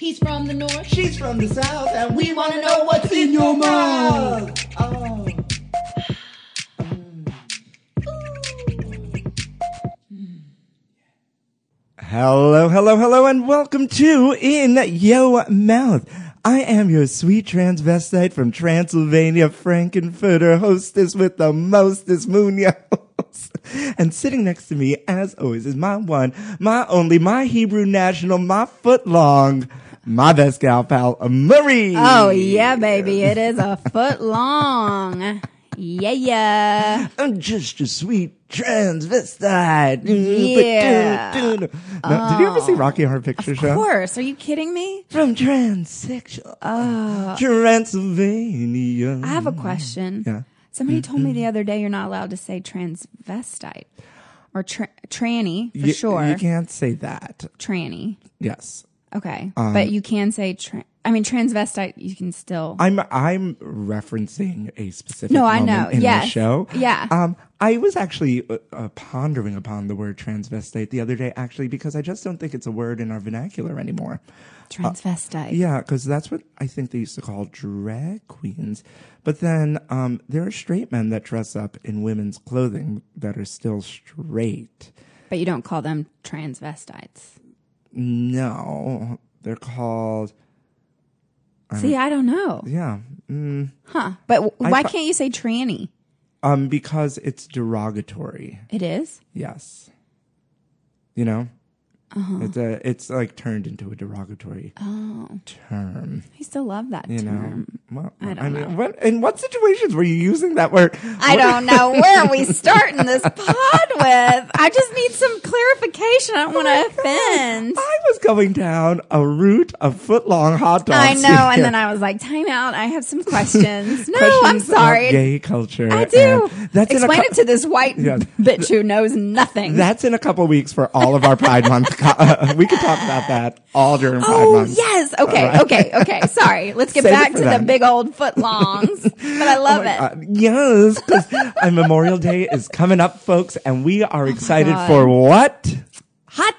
He's from the north. She's from the south, and we want to know what's in your mouth. Oh. Hello, hello, hello, and welcome to In Yo Mouth. I am your sweet transvestite from Transylvania, Frankenfurter, hostess with the mostest, Munoz. and sitting next to me, as always, is my one, my only, my Hebrew national, my footlong, my best gal pal, Marie. Oh yeah, baby. It is a foot long. Yeah, yeah. I'm just a sweet transvestite. Mm, Yeah. Oh, No, Did you ever see Rocky Horror Picture Show? Of course. Are you kidding me? From transsexual Transylvania. uh, I have a question. Mm-hmm. Yeah. Mm-hmm. Somebody told me the other day you're not allowed to say transvestite or tra- tranny for You- sure. You can't say that. tranny. Yes. Okay. Um, but you can say tra- I mean transvestite you can still I'm I'm referencing a specific No, I moment know. in Yes. the show. Yeah. Um, I was actually uh, uh, pondering upon the word transvestite the other day, actually, because I just don't think it's a word in our vernacular anymore. transvestite. Yeah, because that's what I think they used to call drag queens. But then um, there are straight men that dress up in women's clothing that are still straight. But you don't call them transvestites. No, they're called See, I don't know. Uh-huh. yeah, mm, Huh. But w- why fi- can't you say tranny? um, because it's derogatory. It is. Yes, you know, Uh-huh. it's a, it's like turned into a derogatory term. I still love that You Oh. term. know, well, I, don't mean, what in what situations were you using that word? I don't know where we starting this pod with. I just need some clarification. I don't Oh want to offend. I was going down a route of foot long hot dogs. I know. And here. then I was like, time out. I have some questions. No, I'm Questions about sorry. Gay culture. I do. and That's in a Explain cou- it to this white Yeah. bitch who knows nothing. That's in a couple weeks for all of our Pride Month. co- uh, we could talk about that all during Pride oh, Month. yes. Okay. Okay. Okay. Sorry. Let's get Save it back for to the then. big old footlongs. but I love it. Uh, yes, because Memorial Day is coming up, folks, and we are excited Oh God. for what? Hot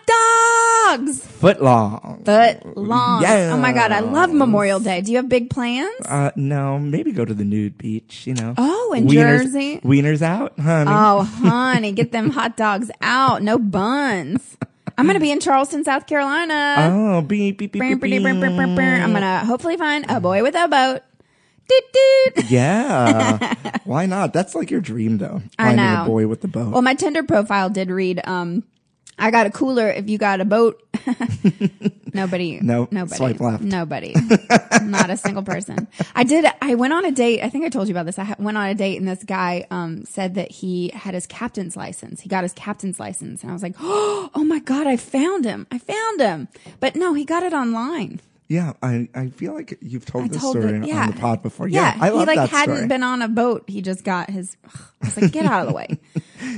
dogs. Footlong. Foot long. Mm, Yes. Oh my God. I love Memorial Day. Do you have big plans? uh, no, maybe go to the nude beach, you know. Oh, in Wieners- Jersey? Wieners out, honey. Oh, honey, get them hot dogs out. No buns. I'm going to be in Charleston, South Carolina. oh, beep, beep, beep, Brr, beep, brr, brr, brr, brr, brr. beep. I'm going to hopefully find a boy with a boat. Doot, doot. Yeah. Why not? That's like your dream, though. I Finding know. a boy with the boat. Well, my Tinder profile did read, um, I got a cooler if you got a boat. nobody. No, Nobody. swipe left. Nobody. Not a single person. I did. I went on a date. I think I told you about this. I ha- went on a date and this guy, um, said that he had his captain's license. He got his captain's license. And I was like, oh my God, I found him. I found him. But no, he got it online. yeah, I, I feel like you've told this told story it- yeah. on the pod before. Yeah, I love he that like hadn't story. been on a boat. He just got his, I was like, get out of the way.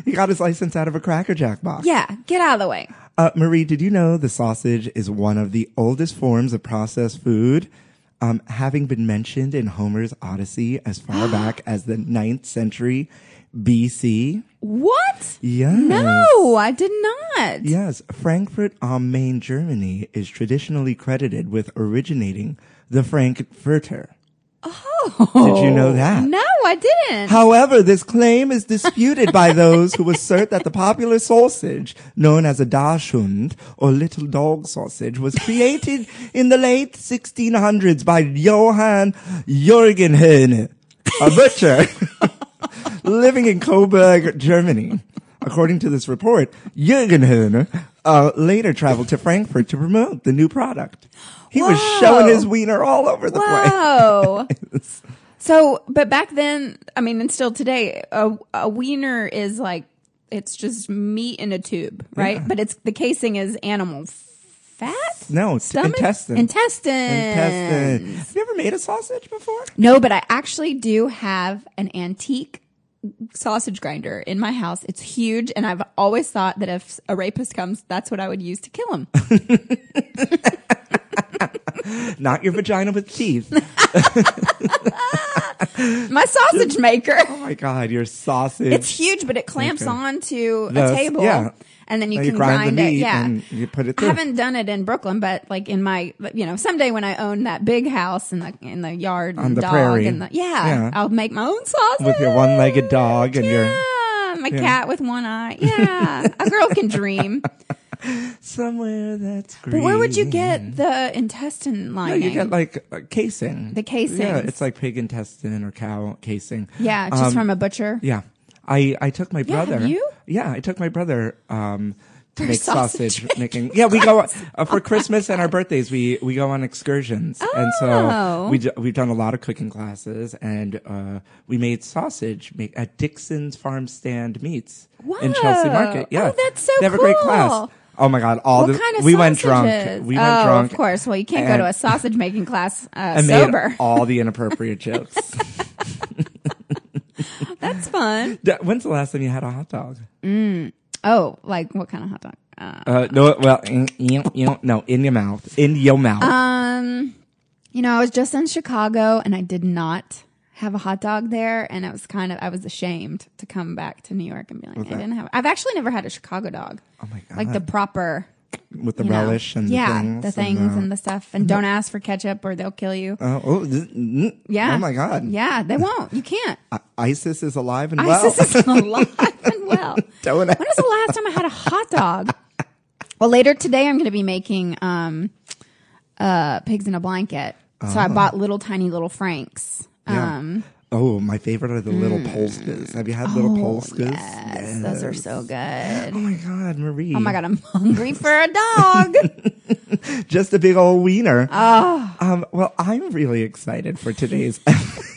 He got his license out of a Cracker Jack box. Yeah, get out of the way. Uh, Marie, did you know the sausage is one of the oldest forms of processed food, um, having been mentioned in Homer's Odyssey as far back as the 9th century BC? What? Yes. No, I did not. Yes, Frankfurt am Main, Germany is traditionally credited with originating the Frankfurter. Oh. Did you know that? No, I didn't. However, this claim is disputed by those who assert that the popular sausage, known as a Dachshund or little dog sausage, was created in the late 1600s by Johann Jürgen Höhne, a butcher living in Coburg, Germany. According to this report, Jürgen Höhne uh, later traveled to Frankfurt to promote the new product. He was Wow. showing his wiener all over the place. Whoa. so, but back then, I mean, and still today, a, a wiener is like, it's just meat in a tube, right? But it's the casing is animal fat? No, it's Stomach? intestine. Intestine. Intestine. Have you ever made a sausage before? No, but I actually do have an antique sausage grinder in my house. It's huge, and I've always thought that if a rapist comes, that's what I would use to kill him. Not your vagina with teeth. my sausage maker. Oh my god, your sausage. It's huge, but it clamps Okay. on to Yes, a table. yeah. and then you Now can grind, the meat it. Yeah. and you put it I through. haven't done it in Brooklyn, but like in my, you know, someday when I own that big house in the in the yard and On the dog prairie. and the, yeah, Yeah. I'll make my own sausage With your one-legged dog and your- yeah, my cat with one eye. Yeah, a girl can dream. Somewhere that's green. But where would you get the intestine No, lining? you get like a casing. The casings. Yeah, it's like pig intestine or cow casing. yeah, just Um, from a butcher. Yeah. I, I took my Yeah, have brother. you? Yeah, I took my brother um to For make sausage sausage, making. Yeah, we go uh, for Christmas and our birthdays. We we go on excursions, and so Oh. we d- we've done a lot of cooking classes, and uh, we made sausage make at Dixon's Farm Stand Meats in Chelsea Whoa. Market. Yeah, Oh, that's so they have a great class. cool. Oh my God! All What the kind of we went sausages? drunk. We went oh, drunk. Of course. Well, you can't go and- to a sausage making class uh, and made sober. all the inappropriate jokes. That's fun. D- When's the last time you had a hot dog? Oh, like what kind of hot dog? Uh, Uh, no, well, in, you know, no, in your mouth, in your mouth. um, you know, I was just in Chicago and I did not have a hot dog there, and I was kind of I was ashamed to come back to New York and be like, I didn't have. I've actually never had a Chicago dog. oh my god! Like the proper with the you know, relish and yeah, the things. things and the stuff, and don't ask for ketchup or they'll kill you. uh, oh, th- mm, Yeah. Oh my god! Yeah, they won't. You can't. I- ISIS is alive and well. ISIS is alive and well. Don't when ask. was the last time I had a hot dog? Well, later today I'm going to be making um, uh, pigs in a blanket. So I bought little tiny little Franks. Oh. Yeah. Um, oh, my favorite are the little polskas. Have you had little polskas? Hmm. Oh, yes, those are so good. Oh my god, Marie! Oh my god, I'm hungry for a dog. Just a big old wiener. Ah. Um, well, I'm really excited for today's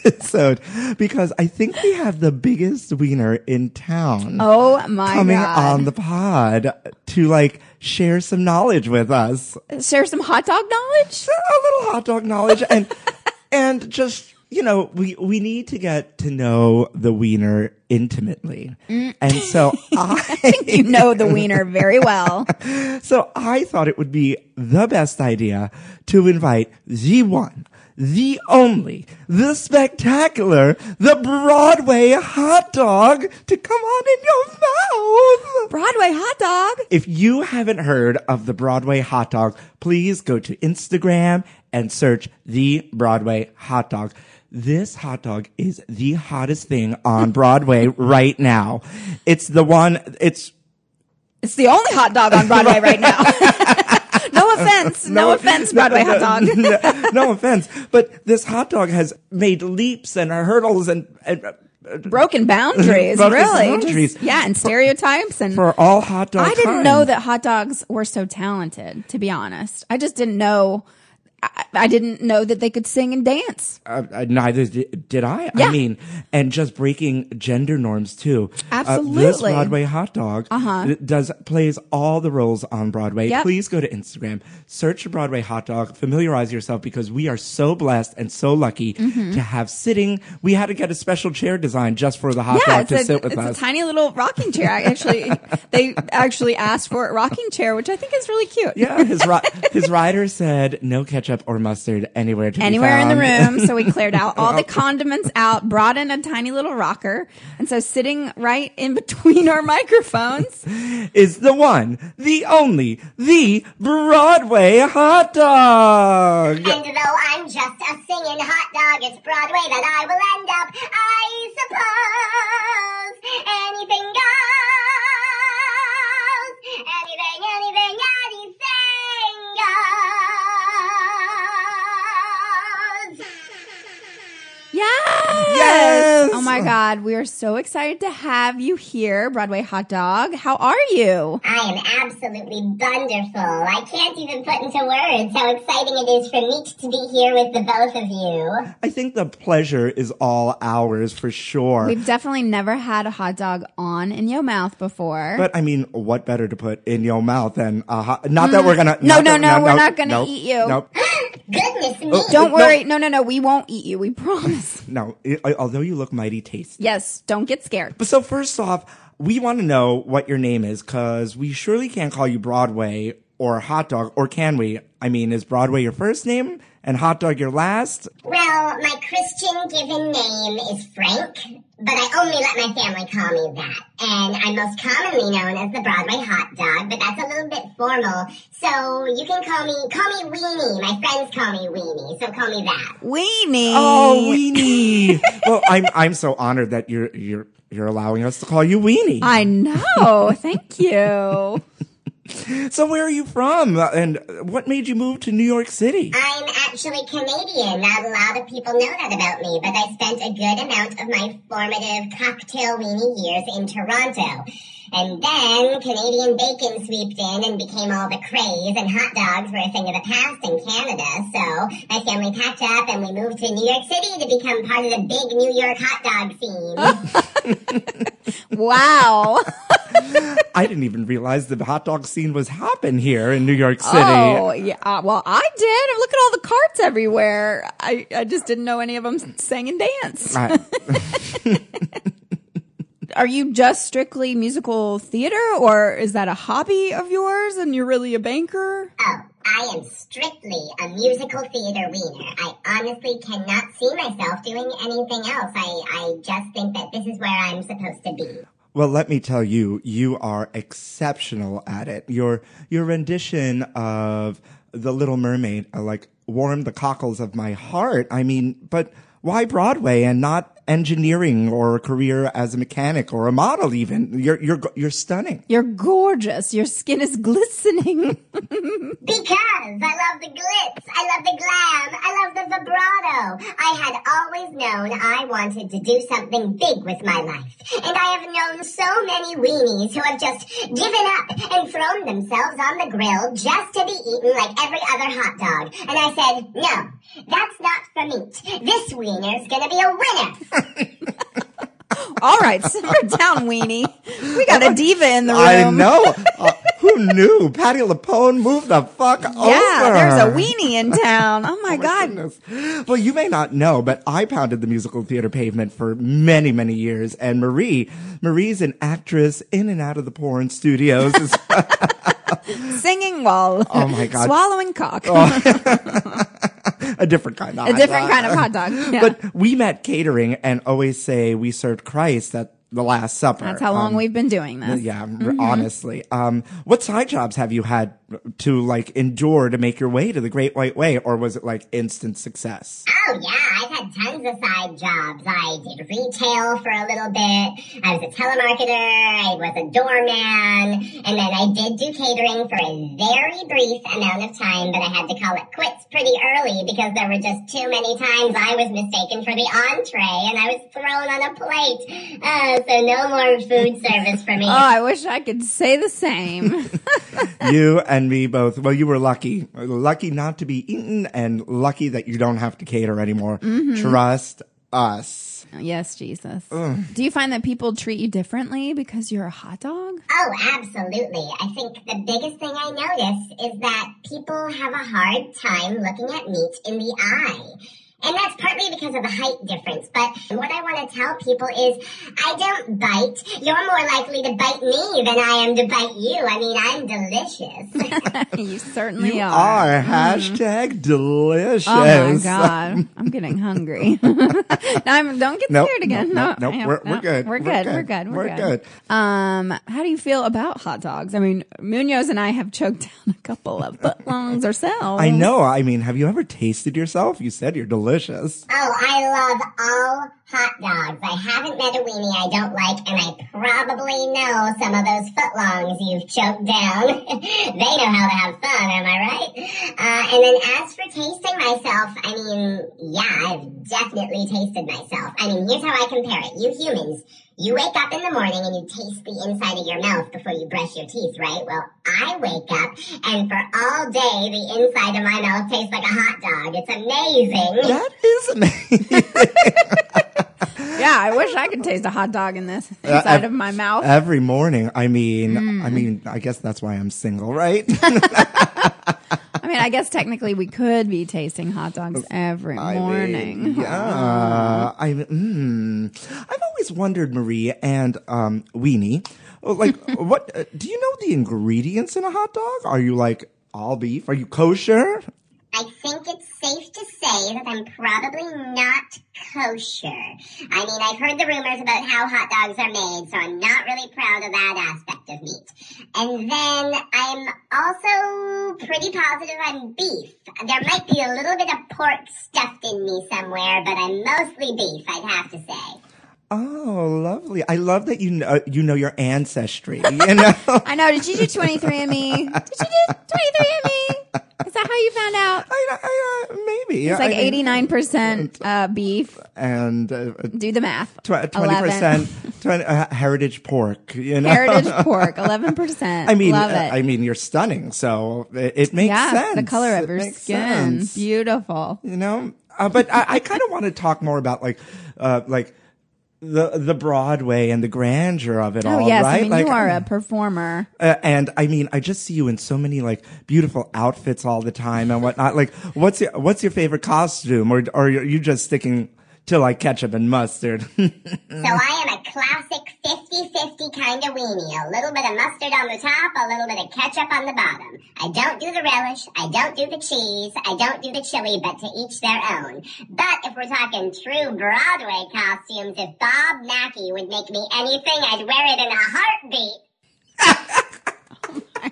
episode because I think we have the biggest wiener in town. oh my coming god. on the pod to like share some knowledge with us, a Share some hot dog knowledge? little hot dog knowledge, and and just you know we we need to get to know the wiener intimately, Mm. and so I I think you know the wiener very well. so I thought it would be the best idea to invite the one. The only, the spectacular, the Broadway hot dog to come on in your mouth. Broadway hot dog. If you haven't heard of the Broadway hot dog, please go to Instagram and search the Broadway hot dog. This hot dog is the hottest thing on Broadway right now. It's the one, it's, It's the only hot dog on Broadway right now. no offense. No, offense, Broadway hot dog. no, no offense, but this hot dog has made leaps and hurdles and, and Broken boundaries, Broken really. boundaries. Just- yeah, and stereotypes and for all hot dogs. I didn't know that hot dogs were so talented, to be honest. I just didn't know I, I didn't know that they could sing and dance. uh, uh, neither di- did I. I Yeah. mean, and just breaking gender norms too. Uh, this Absolutely. Uh-huh. Broadway hot dog uh does plays all the roles on Broadway. Yep. Please go to Instagram, search Broadway hot dog, familiarize yourself because we are so blessed and so lucky Mm-hmm. to have sitting. We had to get a special chair designed just for the hot yeah, dog to it's, a, sit with it's us. a tiny little rocking chair. I actually they actually asked for a rocking chair, which I think is really cute. yeah, his ri- his rider said no ketchup or mustard anywhere to be anywhere in the found." room. So we cleared out all the condiments out, brought in a tiny little rocker. And so sitting right in between our microphones, is the one, the only, the Broadway hot dog. And though I'm just a singing hot dog, it's Broadway that I will end up, I suppose. Anything goes. Anything, anything, anything goes. yes! Yes! Oh my God. We are so excited to have you here, Broadway Hot Dog. How are you? I am absolutely wonderful. I can't even put into words how exciting it is for me to be here with the both of you. I think the pleasure is all ours for sure. We've definitely never had a hot dog on in your mouth before. but I mean, what better to put in your mouth than a hot? Not that we're gonna. Mm. No, not no, that- no, we're not gonna no, eat you. No, Goodness me. don't worry. No, no, no. We won't eat you. We promise. no. It- although you look mighty tasty. yes. Don't get scared. But so first off, we want to know what your name is because we surely can't call you Broadway or hot dog, or can we? I mean, is Broadway your first name and hot dog your last? Well, my Christian given name is Frank, but I only let my family call me that. And I'm most commonly known as the Broadway hot dog, but that's a little bit formal. So you can call me, call me Weenie. My friends call me Weenie, so call me that. Weenie. Oh, weenie. well, I'm I'm so honored that you're you're you're allowing us to call you weenie. I know. Thank you. so where are you from, Uh, and what made you move to New York City? I'm actually Canadian. Not a lot of people know that about me, but I spent a good amount of my formative cocktail weenie years in Toronto. And then Canadian bacon sweeped in and became all the craze, and hot dogs were a thing of the past in Canada. So my family packed up and we moved to New York City to become part of the big New York hot dog scene. Wow. I didn't even realize the hot dog scene was hopping here in New York City. Oh, yeah. Uh, Well, I did. Look at all the carts everywhere. I, I just didn't know any of them sang and danced. I- Are you just strictly musical theater or is that a hobby of yours and you're really a banker? oh, I am strictly a musical theater wiener. I honestly cannot see myself doing anything else. I, I just think that this is where I'm supposed to be. Well, let me tell you, you are exceptional at it. Your your rendition of The Little Mermaid uh, like warmed the cockles of my heart. I mean, but why Broadway and not engineering or a career as a mechanic or a model even? You're you're you're stunning. You're gorgeous. Your skin is glistening. Because I love the glitz, I love the glam, I love the vibrato. I had always known I wanted to do something big with my life. And I have known so many weenies who have just given up and thrown themselves on the grill just to be eaten like every other hot dog. And I said, no, that's not for me. This wiener's gonna be a winner. all right, simmer down, weenie. We got a diva in the room. I know. Uh, who knew? Patty Lapone moved the fuck over. Yeah, there's a weenie in town. Oh my, god. goodness. Well, you may not know, but I pounded the musical theater pavement for many, many years. And Marie, Marie's an actress in and out of the porn studios. Singing while Oh, my God. Oh swallowing cock. a different kind of a different kind of hot dog. Yeah. But we met catering and always say we served Christ at the Last Supper. That's how long Mm-hmm. Um, we've been doing this. Yeah, r- honestly. Um, what side jobs have you had to like endure to make your way to the Great White Way, or was it like instant success? Oh yeah, I've had tons of side jobs. I did retail for a little bit. I was a telemarketer. I was a doorman, and then I did do catering for a very brief amount of time. But I had to call it quits pretty early because there were just too many times I was mistaken for the entree, and I was thrown on a plate. Uh, so no more food service for me. Oh, I wish I could say the same. you and me both. Well, you were lucky. Lucky not to be eaten and lucky that you don't have to cater anymore. Mm-hmm. Trust us. yes, Jesus. Do you find that people treat you differently because you're a hot dog? Oh, absolutely. I think the biggest thing I notice is that people have a hard time looking at meat in the eye. And that's partly because of the height difference. But what I want to tell people is I don't bite. You're more likely to bite me than I am to bite you. I mean, I'm delicious. you certainly You are. Mm-hmm. are hashtag delicious. Oh my god, I'm getting hungry. no, I'm, don't get Nope, scared again. nope, no, nope, I- we're- no, we're good, We're good. We're good. We're, we're good. Um, how do you feel about hot dogs? I mean, Munoz and I have choked down a couple of footlongs ourselves. I know. I mean, have you ever tasted yourself? You said you're delicious. oh, I love all hot dogs. I haven't met a weenie I don't like, and I probably know some of those footlongs you've choked down. they know how to have fun, am I right? Uh, and then as for tasting myself, I mean, yeah, I've definitely tasted myself. I mean, here's how I compare it. You humans, you wake up in the morning and you taste the inside of your mouth before you brush your teeth, right? Well, I wake up and for all day, the inside of my mouth tastes like a hot dog. It's amazing. That is amazing. Yeah, I wish I could taste a hot dog in this inside ev- of my mouth. Every morning. I mean, Mm. I mean, I guess that's why I'm single, right? I mean, I guess technically we could be tasting hot dogs every morning. Yeah. I mm, I've always wondered, Marie and um, Weenie, like what uh, do you know the ingredients in a hot dog? Are you like all beef? Are you kosher? I think it's safe to say say that I'm probably not kosher. I mean, I've heard the rumors about how hot dogs are made, so I'm not really proud of that aspect of meat. And then I'm also pretty positive on beef. There might be a little bit of pork stuffed in me somewhere, but I'm mostly beef, I'd have to say. Oh, lovely! I love that you know you know your ancestry. You know, I know. Did you do 23andMe? Did you do 23andMe? Is that how you found out? I, I, uh, maybe It's like 89% uh, beef. and uh, Do the math. twenty 11. percent uh, heritage pork. You know, Heritage pork, 11%. I mean, love uh, it. I mean, you're stunning, so it, it makes yeah, sense. the color of It your makes skin. sense, Beautiful. you know, uh, but I, I kind of want to talk more about like, uh, like the the Broadway and the grandeur of it all, Oh, right? yes. I mean, like, you are a performer. uh, and I mean, I just see you in so many like beautiful outfits all the time and whatnot. Like, what's your what's your favorite costume, or or are you just sticking to like ketchup and mustard? So I am a classic 50-50 kind of weenie. A little bit of mustard on the top, a little bit of ketchup on the bottom. I don't do the relish, I don't do the cheese, I don't do the chili, but to each their own. But if we're talking true Broadway costumes, if Bob Mackey would make me anything, I'd wear it in a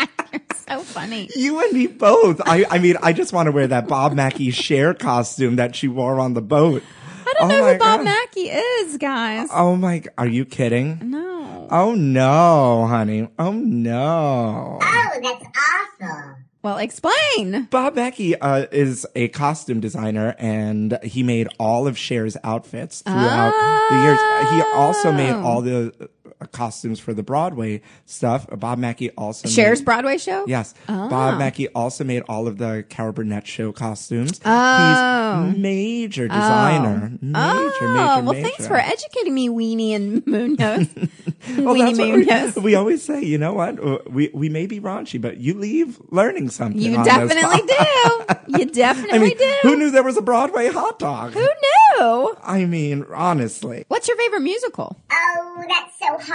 heartbeat. So funny. You and me both. I, I mean, I just want to wear that Bob Mackey share costume that she wore on the boat. Oh, I I don't know who Bob Mackey is, guys. Oh my! g- Are you kidding? no. Oh no, honey. Oh no. Oh, that's awful. Well, explain. Bob Mackey uh, is a costume designer, and he made all of Cher's outfits throughout the years. He also made Oh. all the uh, costumes for the Broadway stuff. Bob Mackey also made- Cher's Ah. Broadway show? Yes. Bob Mackey also made all of the Carol Burnett show costumes. Oh. He's major designer. Major, oh, major, well, major. thanks for educating me, Weenie and Moon Nose. Well, Weenie Oh, that's what Moon we- Nose. we, always say, you know what? Uh, We, we may be raunchy, but you leave learning something. You on this definitely pod- do. You definitely I mean, do. who knew there was a Broadway hot dog? Who knew? I mean, honestly. What's your favorite musical? Oh, that's so hard.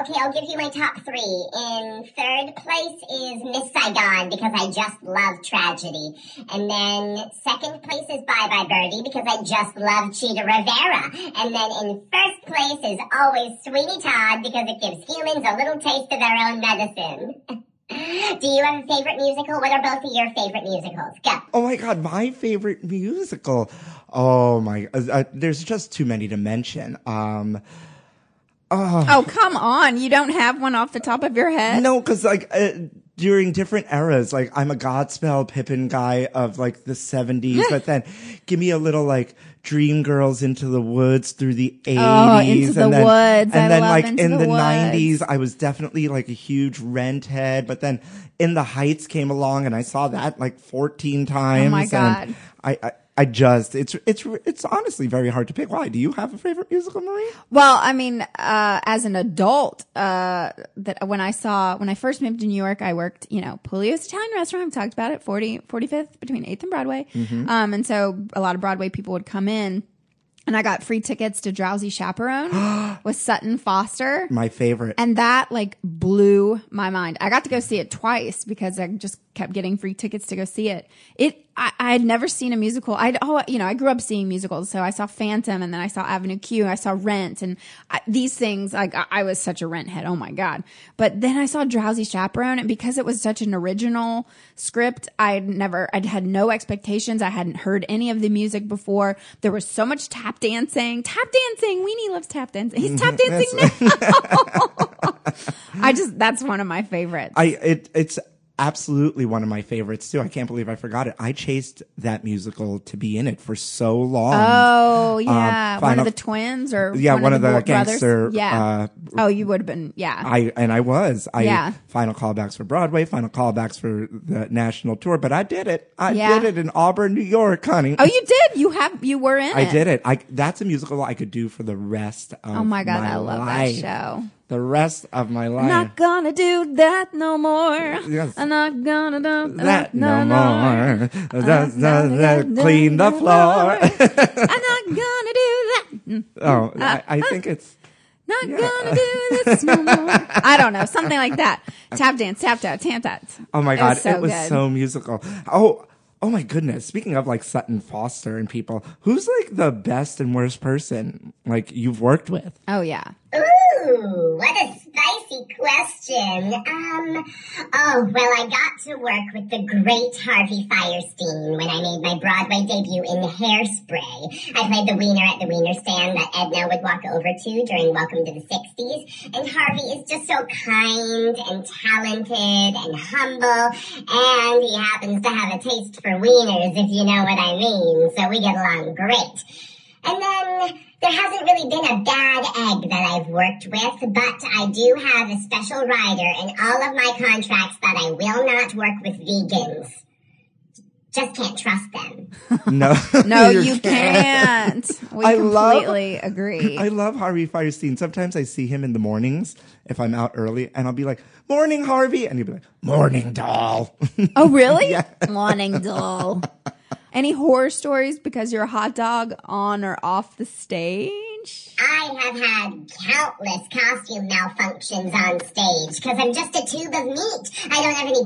Okay, I'll give you my top three. In third place is Miss Saigon because I just love tragedy. And then second place is Bye Bye Birdie because I just love Cheetah Rivera. And then in first place is always Sweeney Todd because it gives humans a little taste of their own medicine. Do you have a favorite musical? What are both of your favorite musicals? Go. Oh my God, my favorite musical. Oh my, uh, uh, there's just too many to mention. Um, Oh, come on. You don't have one off the top of your head? No, because like uh, during different eras, like I'm a Godspell Pippin guy of like the 70s, but then give me a little like Dream Girls into the woods through the 80s. Oh, Into the and then, Woods. And I then love like Into in the the, Woods. 90s, I was definitely like a huge rent head, but then In the Heights came along and I saw that like 14 times. and Oh God. I, I, I just, it's, it's, it's honestly very hard to pick. Why? Do you have a favorite musical, Marie? Well, I mean, uh, as an adult, uh, that when I saw, when I first moved to New York, I worked, you know, Pulio's Italian restaurant. I've talked about it, 40, 45th between 8th and Broadway. Um, and so a lot of Broadway people would come in and I got free tickets to Drowsy Chaperone with Sutton Foster. My favorite. And that like blew my mind. I got to go see it twice because I just kept getting free tickets to go see it. It, I, I had never seen a musical. I'd, oh, you know, I grew up seeing musicals. So I saw Phantom and then I saw Avenue Q and I saw Rent and I, these things. Like I, I was such a Rent head. Oh my God. But then I saw Drowsy Chaperone and because it was such an original script, I'd never, I'd had no expectations. I hadn't heard any of the music before. There was so much tap dancing, tap dancing. Weenie loves tap dancing. He's tap dancing now. That's- I just that's one of my favorites. I it it's absolutely one of my favorites too. I can't believe I forgot it. I chased that musical to be in it for so long. oh yeah, one um, Final- of the twins or yeah, one, of the, Bo- brothers? gangster. Yeah. Uh, oh, you would have been. Yeah. I and I was. I Yeah. final callbacks for Broadway, final callbacks for the national tour, but I did it. I Yeah. did it in Auburn, New York, honey. oh, you did. You have. You were in. I did it. I that's a musical I could do for the rest of Oh my god, I love life. that show. The rest of my life. Not gonna do that no more. Yes. I'm not gonna do that no, Uh, more. That's- Not that's- gonna clean do the that floor. more. I'm not gonna do that. oh, I, I think it's Not gonna do this no more. I don't know. Something like that. Tap dance, tap tap, tap tap. Oh my god, Oh it was, so, good. musical. Oh, Oh my goodness. Speaking of like Sutton Foster and people, who's like the best and worst person like you've worked with? Oh yeah. Ooh, what a spicy question. Um, oh, well, I got to work with the great Harvey Firestein when I made my Broadway debut in Hairspray. I played the wiener at the wiener stand that Edna would walk over to during Welcome to the 60s. And Harvey is just so kind and talented and humble. And he happens to have a taste for wieners, if you know what I mean. So we get along great. And then there hasn't really been a bad egg that I've worked with, but I do have a special rider in all of my contracts that I will not work with vegans. Just can't trust them. No. No, you you can't. We I love- completely agree. I love Harvey Firestein. Sometimes I see him in the mornings if I'm out early and I'll be like, morning, Harvey. And he'll be like, morning, doll. oh really? Morning doll. Any horror stories because you're a hot dog on or off the stage? I have had countless costume malfunctions on stage because I'm just a tube of meat. I don't have any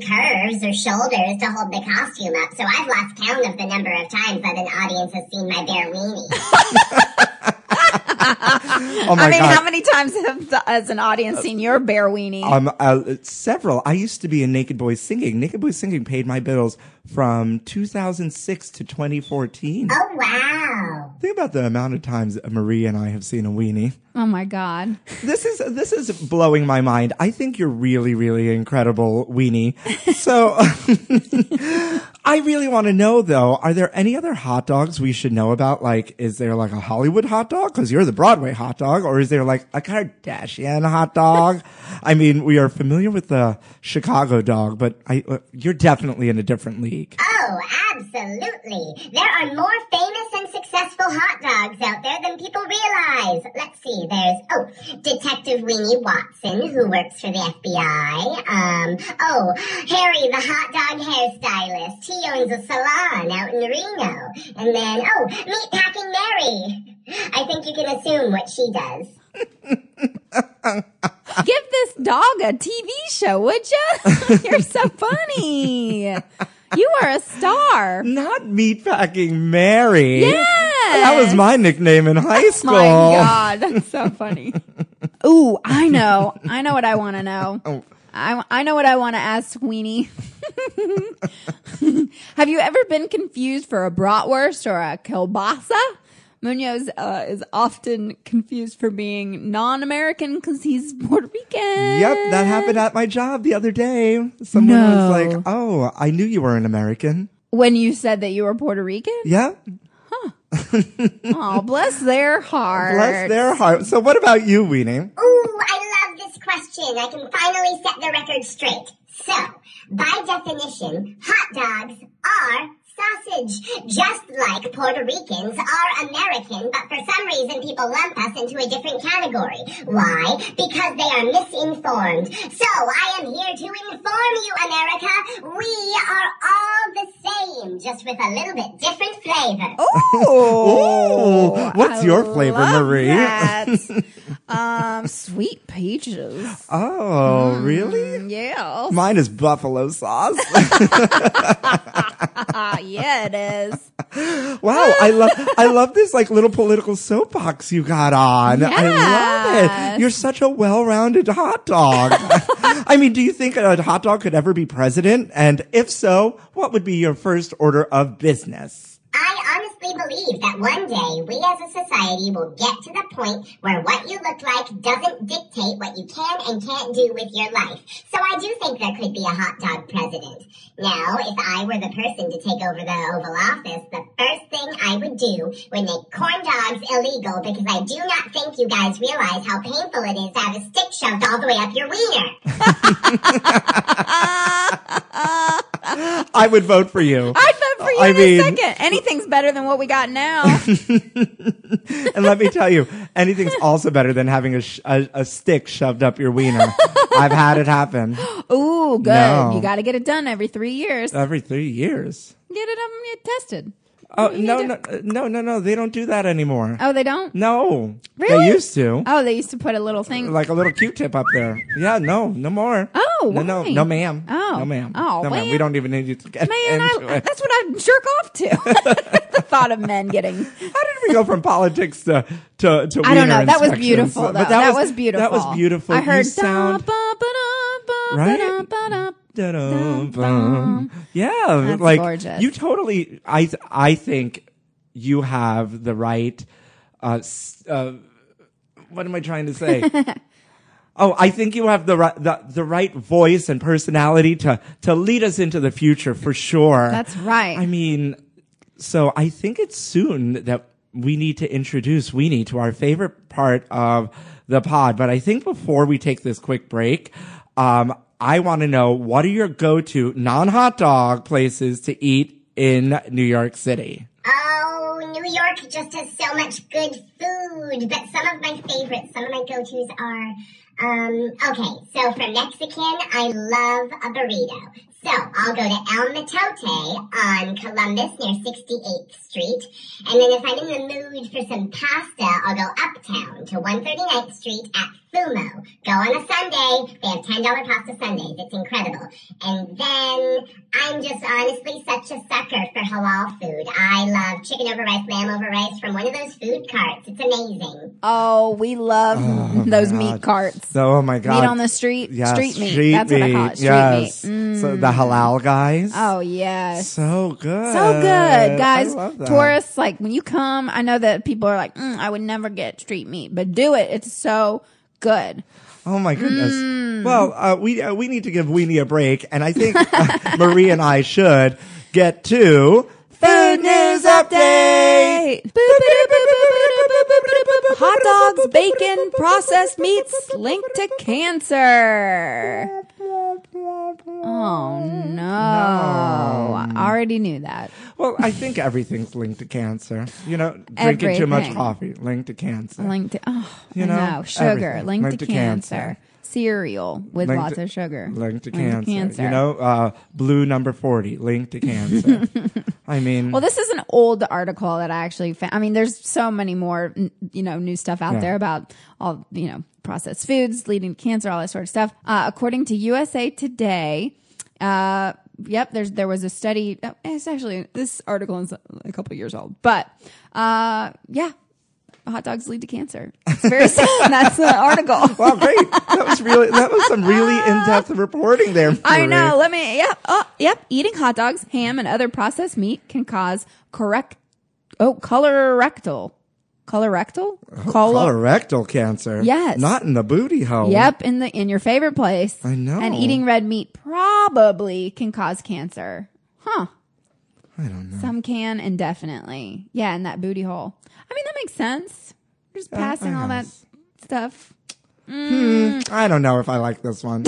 curves or shoulders to hold the costume up, so I've lost count of the number of times that an audience has seen my bare weenie. oh my I mean, God. how many times have the, as an audience seen your bear weenie? um, uh, several. I used to be in Naked Boys Singing. Naked Boys Singing paid my bills from 2006 to 2014. Oh wow. Think about the amount of times Marie and I have seen a weenie. oh my god. This is this is blowing my mind. I think you're really, really incredible, Weenie. So I really want to know though, are there any other hot dogs we should know about? Like, is there like a Hollywood hot dog? Cause you're the Broadway hot dog, or is there like a Kardashian hot dog? I mean, we are familiar with the Chicago dog, but I, uh, you're definitely in a different league. Oh, absolutely. There are more famous and successful hot dogs out there than people realize. Let's see, there's, oh, Detective Weenie Watson, who works for the FBI. Um, oh, Harry, the hot dog hairstylist. He owns a salon out in Reno. And then, oh, Meatpacking Mary. I think you can assume what she does. Give this dog a TV show, would you? You're so funny. You are a star. Not meatpacking Mary. That was Yes. my nickname in high school. My God, that's so funny. Ooh, I know. I know what I want to know. I, I know what I want to ask Weenie. Have you ever been confused for a bratwurst or a kielbasa? Munoz uh, is often confused for being non-American because he's Puerto Rican. Yep, that happened at my job the other day. Someone No. was like, "Oh, I knew you were an American." When you said that you were Puerto Rican, Yeah, oh, bless their heart. bless their heart. So, what about you, Weenie? Ooh, I love this question. I can finally set the record straight. So, by definition, hot dogs are sausage, just like Puerto Ricans are American, but for some reason people lump us into a different category. Why? Because they are misinformed. So, I am here to inform you, America, we are all the same, just with a little bit different flavor. Oh, Ooh, what's your flavor, Marie? that. um, sweet peaches. Oh, Hmm. really? Yeah. Mine is buffalo sauce. Ah, yeah, it is. wow, I love I love this like little political soapbox you got on. I love it. Yes. You're such a well-rounded hot dog. I mean, do you think a hot dog could ever be president? And if so, what would be your first order of business? I honestly believe that one day we as a society will get to the point where what you look like doesn't dictate what you can and can't do with your life. So I do think there could be a hot dog president. Now, if I were the person to take over the Oval Office, the first thing I would do would make corn dogs illegal because I do not think you guys realize how painful it is to have a stick shoved all the way up your wiener. I would vote for you. I'd vote for you I in mean- a second. Anything's better than what we got now. and let me tell you, anything's also better than having a, sh- a, a stick shoved up your wiener. I've had it happen Ooh, good. No. You got to get it done every three years. every three years. Get it um, get tested. Oh You no need no to- uh, no no no! They don't do that anymore. Oh, they don't. No, Really? they used to, Oh, they used to put a little thing. like a little Q-tip up there. Yeah, no, no more. Oh, no, no, why? no, ma'am. Oh. no, ma'am. no, Oh, ma'am. well. We don't even need you to get Man, into I, it. that's what I jerk off to. the thought of men getting. How did we go from politics to to, to I don't know. wiener That was inspections? beautiful. Though. But that, was, beautiful. That was beautiful. I heard you sound. da, ba, ba, da, ba, Right? ba, da, ba, da. Da-dum, Dum, bum. Yeah, like gorgeous. you totally. I I think you have the right. Uh, s- uh, what am I trying to say? oh, I think you have the right the, the right voice and personality to to lead us into the future for sure. That's right. I mean, so I think it's soon that we need to introduce Weenie to our favorite part of the pod. But I think before we take this quick break, um, I want to know what are your go-to non-hot dog places to eat in New York City? Oh, New York just has so much good food. But some of my favorites, some of my go-tos are, um, okay. So for Mexican, I love a burrito. So I'll go to El Matote on Columbus near 68th Street. And then if I'm in the mood for some pasta, I'll go uptown to 139th Street at Fumo. Go on a Sunday. They have $10 pasta Sundays. It's incredible. And then I'm just honestly such a sucker for halal food. I love chicken over rice, lamb over rice from one of those food carts. It's amazing. Oh, we love those meat God. carts. So, oh my god, meat on the street. Yes, street meat. That's what I call it. Street yes. meat. Mm. So the halal guys. Oh yes. so good, So good, guys. I love that. Tourists, like when you come, I know that people are like, mm, I would never get street meat, but do it. It's so good. Oh my goodness. Mm. Well, uh, we uh, we need to give Weenie a break, and I think uh, Marie and I should get to food news update. Boop, boop, boop, boop, boop, boop, boop, boop, boop. Hot dogs, bacon, processed meats linked to cancer. Oh no. I already knew that. Well, I think everything's linked to cancer. You know, drinking too much Everything. coffee linked to cancer. Linked to, oh, You you know, know, sugar, everything. linked, to, cancer. Cereal with Linked lots to- of sugar. Linked to cancer. You know, uh, blue number 40, linked to cancer. I mean, Well, this is an old article that I actually found. I mean, there's so many more, n- you know, new stuff out Yeah. there about all, you know, processed foods leading to cancer, all that sort of stuff. Uh, according to USA Today, uh, yep, there's, there was a study. oh, It's actually, this article is a couple years old, but, uh, yeah, hot dogs lead to cancer. It's very sad. That's the article. wow, oh, great. That was really, that was some really in-depth reporting there. I Marie. know. Let me. Yep. Oh, yep. Eating hot dogs, ham, and other processed meat can cause correct. Oh, colorectal. Colorectal. Oh, Color. Colorectal cancer. Oh, Yes. Not in the booty hole. Yep. In the in your favorite place. I know. And eating red meat probably can cause cancer. Huh. I don't know. Some can indefinitely. Yeah, in that booty hole. I mean, that makes sense. We're just passing all that Uh, guess. stuff. I don't know if I like this one.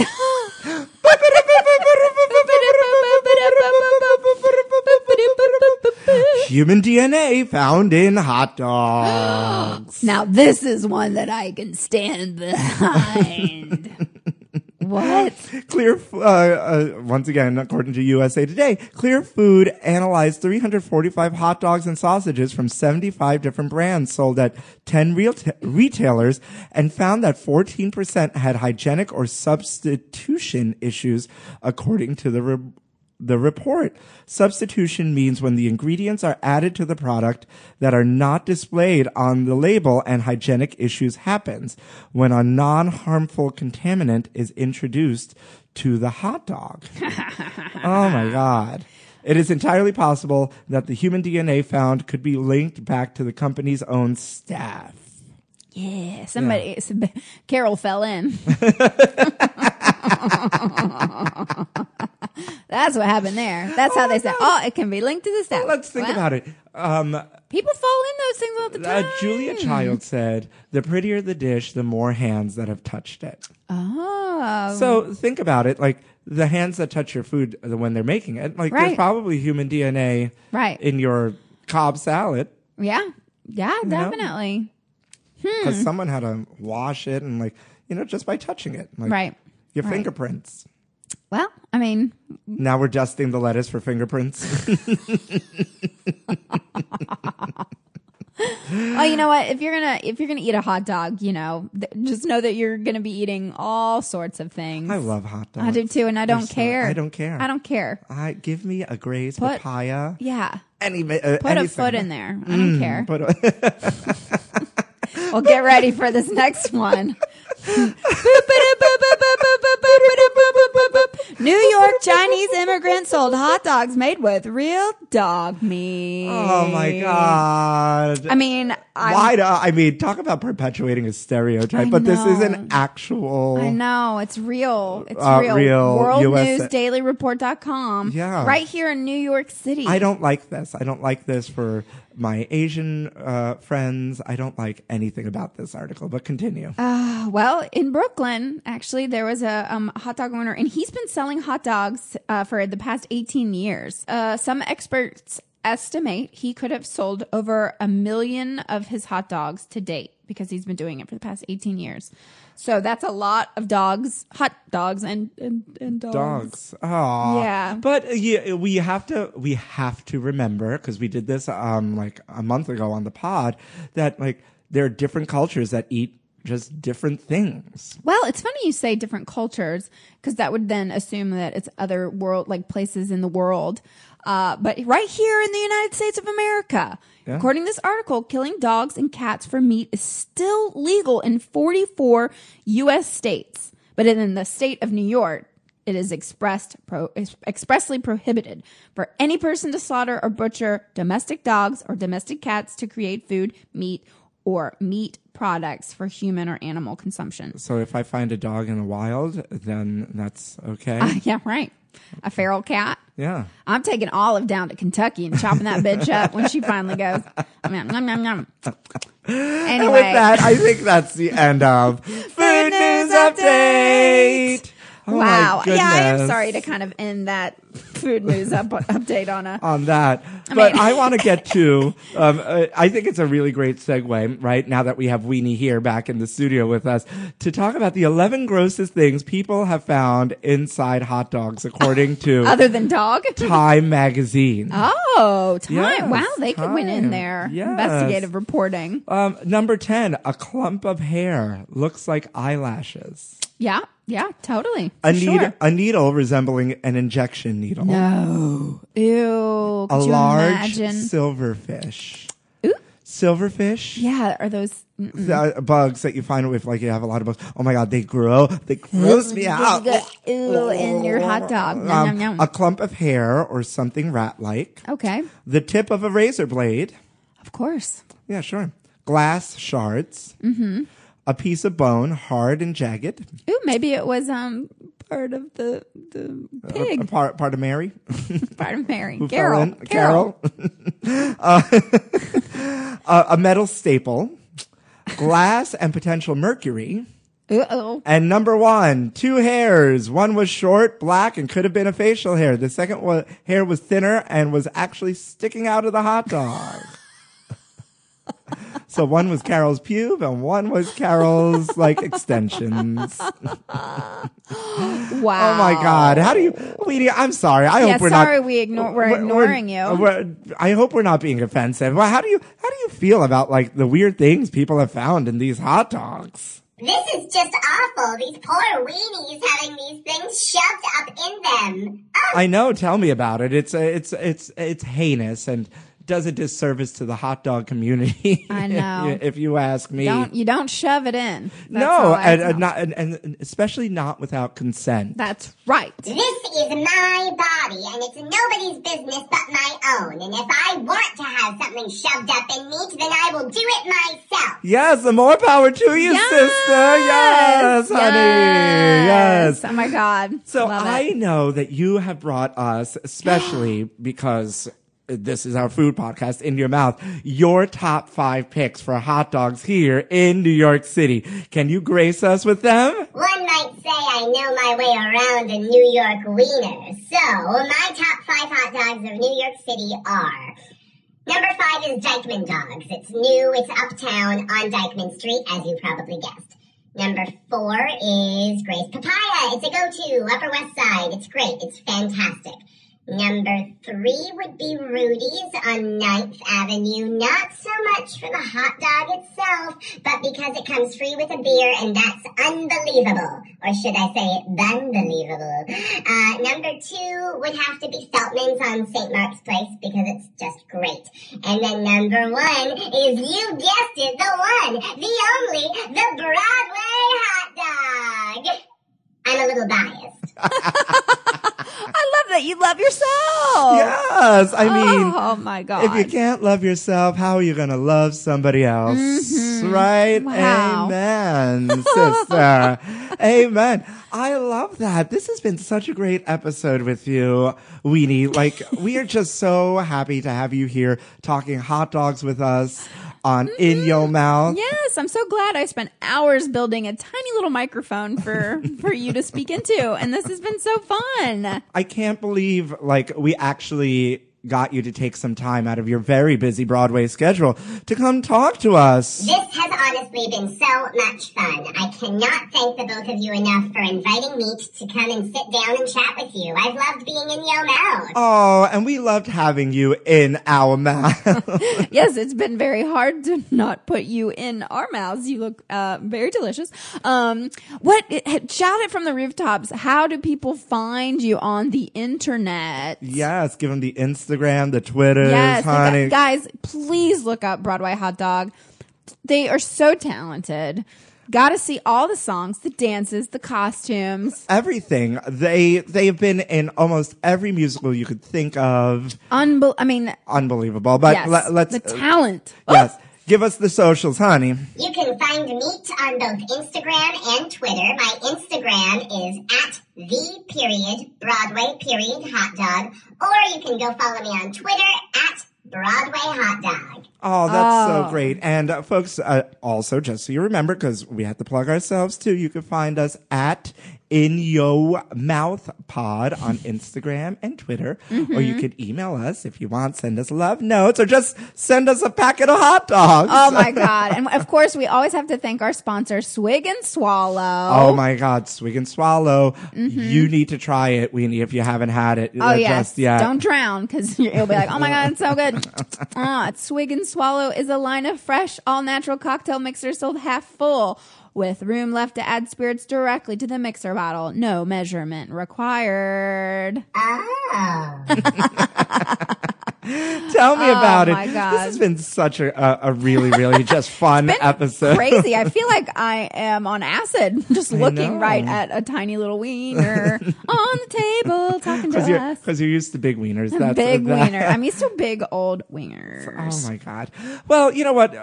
Human DNA found in hot dogs. Now this is one that I can stand behind. what? clear, uh, uh, once again, according to USA Today, Clear Food analyzed 345 hot dogs and sausages from 75 different brands sold at 10 real retailers and found that 14% had hygienic or substitution issues, according to the re- the report. Substitution means when the ingredients are added to the product that are not displayed on the label and hygienic issues happens when a non-harmful contaminant is introduced to the hot dog. oh my god. It is entirely possible that the human DNA found could be linked back to the company's own staff. Yeah, somebody. some- Carol fell in. That's what happened there. That's how they said, "Oh, it can be linked to the staff." Let's think Well, about it. Um, People fall in those things all the time. uh, Julia Child said, "The prettier the dish, the more hands that have touched it." Oh, So think about it, like the hands that touch your food uh, when they're making it, like there's Right. probably human DNA Right. in your Cobb salad yeah, yeah, definitely. because Hmm. someone had to wash it and like you know just by touching it, like, Right. Your Right. fingerprints. Well, I mean, Now we're dusting the lettuce for fingerprints. Oh, you know what? If you're gonna if you're gonna eat a hot dog, you know, th- just know that you're gonna be eating all sorts of things. I love hot dogs. I do too, and I They're don't so- care. I don't care. I don't care. I give me a Gray's Put- papaya. Yeah, Any, ma- uh, put a anything. foot in there. I don't care. Put a- Well, get ready for this next one. New York Chinese immigrant sold hot dogs made with real dog meat. oh my god. I mean, I'm, Why? do- I mean, talk about perpetuating a stereotype, I but this is know. an actual. I know it's real. It's Uh, real. real World USA. News Daily Report.com. Yeah. Right here in New York City. I don't like this. I don't like this for my Asian uh, friends. I don't like anything about this article. But continue. Well, in Brooklyn, actually, there was a um, hot dog owner, and he's been selling hot dogs uh, for the past 18 years. Uh, some experts estimate he could have sold over a million of his hot dogs to date because he's been doing it for the past 18 years. So that's a lot of dogs, hot dogs, and and, and dogs. dogs. Oh, Yeah. But uh, yeah, we have to we have to remember because we did this um like a month ago on the pod that like there are different cultures that eat just different things. Well, it's funny you say different cultures because that would then assume that it's other world, like places in the world. Uh, but right here in the United States of America, according to this article, killing dogs and cats for meat is still legal in 44 U.S. states. But in the state of New York, it is expressed pro, is expressly prohibited for any person to slaughter or butcher domestic dogs or domestic cats to create food, meat, or meat products for human or animal consumption. So if I find a dog in the wild, then that's okay. yeah, right. A feral cat. yeah. I'm taking Olive down to Kentucky and chopping that bitch up when she finally goes. Nom, nom, nom, nom. And Anyway, with that, I think that's the end of Food News Update. Oh my wow. Yeah, I am goodness. sorry to kind of end that food news up- update on a. on that. but mean- I want to get to. Um, uh, I think it's a really great segue, right? Now that we have Weenie here back in the studio with us to talk about the 11 grossest things people have found inside hot dogs, according to Other than dog. Time Magazine. Oh, time. Yes, wow, they could win in time. there. Yes. Investigative reporting. Um, number 10, a clump of hair looks like eyelashes. Yeah, yeah, totally. A, For needle, sure. a needle resembling an injection needle. No. Ew. Could A you large imagine? silverfish. Ooh. Silverfish? Yeah, are those. the bugs that you find with like you have a lot of bugs. Oh my god, they grow. They gross me out. Ew, in your hot dog. Nom, Um, nom, nom. a clump of hair or something rat-like. Okay. The tip of a razor blade. Of course. Yeah, sure. Glass shards. Mm-hmm. A piece of bone, hard and jagged. Ooh, maybe it was um part of the the A pig, part, part of Mary. part of Mary. who fell Carol. in. Carol. Uh, a metal staple. Glass and potential mercury. Uh-oh. And number one, two hairs. One was short, black, and could have been a facial hair. The second wa- hair was thinner and was actually sticking out of the hot dog. so one was Carol's pube and one was Carol's like extensions. Wow. Oh my God. How do you, Weedy, I'm sorry. I Yeah, hope we're sorry not. we ignore we're ignoring you. we're- I hope we're not being offensive. Well, how do you, how do you feel about like the weird things people have found in these hot dogs? This is just awful. These poor weenies having these things shoved up in them. Oh, Ugh. I know. Tell me about it. It's it's it's it's heinous and does a disservice to the hot dog community. I know. if you ask me. Don't you don't shove it in. That's all no, I and, know. and not and, and especially not without consent. That's right. This is my body, and it's nobody's business but my own. And if I want to have something shoved up in me, then I will do it myself. Yes, the more power to you, sister. Yes, honey. Yes. Oh my God. So Love I it. know that you have brought us, especially because this is our food podcast in your mouth, your top five picks for hot dogs here in New York City. Can you grace us with them? One might say I know my way around a New York wiener. So, my top five hot dogs of New York City are. Number five is Dykeman Dogs. It's new, it's uptown on Dykeman Street, as you probably guessed. Number four is Grace Papaya. It's a go-to, Upper West Side. It's great, it's fantastic. Number three would be Rudy's on 9th Avenue. Not so much for the hot dog itself, but because it comes free with a beer, and that's unbelievable. Or should I say, unbelievable. Uh, number two would have to be Feltman's on St. Mark's Place because it's just great. And then number one is, you guessed it, the one, the only, the Broadway hot dog. I'm a little biased. I love that you love yourself. Yes. I mean, oh my god. if you can't love yourself, how are you going to love somebody else? Right? Mm-hmm. Wow. Amen, sister. Amen. I love that. This has been such a great episode with you, Weenie. Like, we are just so happy to have you here talking hot dogs with us on Mm-hmm. In Your Mouth. Yes, I'm so glad I spent hours building a tiny little microphone for for you to speak into, and this has been so fun. I can't believe like we actually got you to take some time out of your very busy Broadway schedule to come talk to us. This has honestly been so much fun. I cannot thank the both of you enough for inviting me to come and sit down and chat with you. I've loved being in your mouth. Oh, and we loved having you in our mouth. Yes, it's been very hard to not put you in our mouths. You look uh, very delicious. Um, what it- shout it from the rooftops? How do people find you on the internet? yes, give them the Instagram, the Twitters, Yes, like, honey. guys, please look up Broadway Hot Dog. They are so talented. Got to see all the songs, the dances, the costumes. Everything. They they've been in almost every musical you could think of. Unbel- I mean, Unbelievable. But yes, let, let's uh, the talent. yes, give us the socials, honey. You can find me on both Instagram and Twitter. My Instagram is at the period Broadway period hot dog, or you can go follow me on Twitter at Broadway hot dog. Oh, that's so Oh. great. And uh, folks, uh, also, just so you remember, because we had to plug ourselves too, you can find us at In Yo Mouth Pod on Instagram and Twitter. Or Mm-hmm. you could email us if you want, send us love notes, or just send us a packet of hot dogs. Oh my god! And of course, we always have to thank our sponsor, Swig and Swallow. Oh my God, Swig and Swallow. You need to try it, Weenie, if you haven't had it Mm-hmm. Oh uh, yes, just yet. don't drown because you'll be like, oh my god, it's so good. Ah, Swig and Swallow is a line of fresh, all natural cocktail mixers sold half full, with room left to add spirits directly to the mixer bottle. No measurement required. Oh. Tell me Oh about it. my God. This has been such a, a, a really, really just fun episode. Crazy! I feel like I am on acid, just know. looking right at a tiny little wiener on the table, talking to Because you're, us. 'cause you're used to big wieners. That's big that. wiener. I'm used to big old wieners. Oh my God. Well, you know what?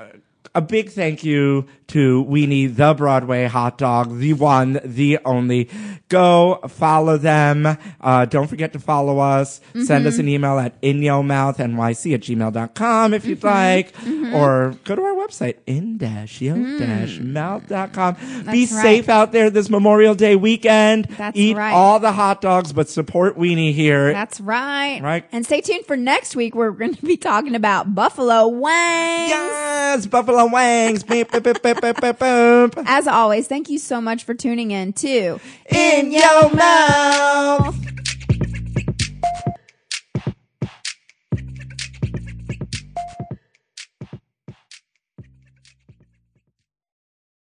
A big thank you to Weenie, the Broadway hot dog, the one, the only. Go follow them. Uh, don't forget to follow us. Send Mm-hmm. us an email at inyomouthnYC at gmail.com if Mm-hmm. you'd like. Or go to our website, in-yo-mouth.com. Be Mm. That's right. safe out there this Memorial Day weekend. That's Eat right. all the hot dogs, but support Weenie here. That's right. Right. And stay tuned for next week. We're going to be talking about Buffalo Wang. Yes, Buffalo Wings. beep, beep, beep, beep, beep, beep, beep. As always, thank you so much for tuning in to In Your Mouth.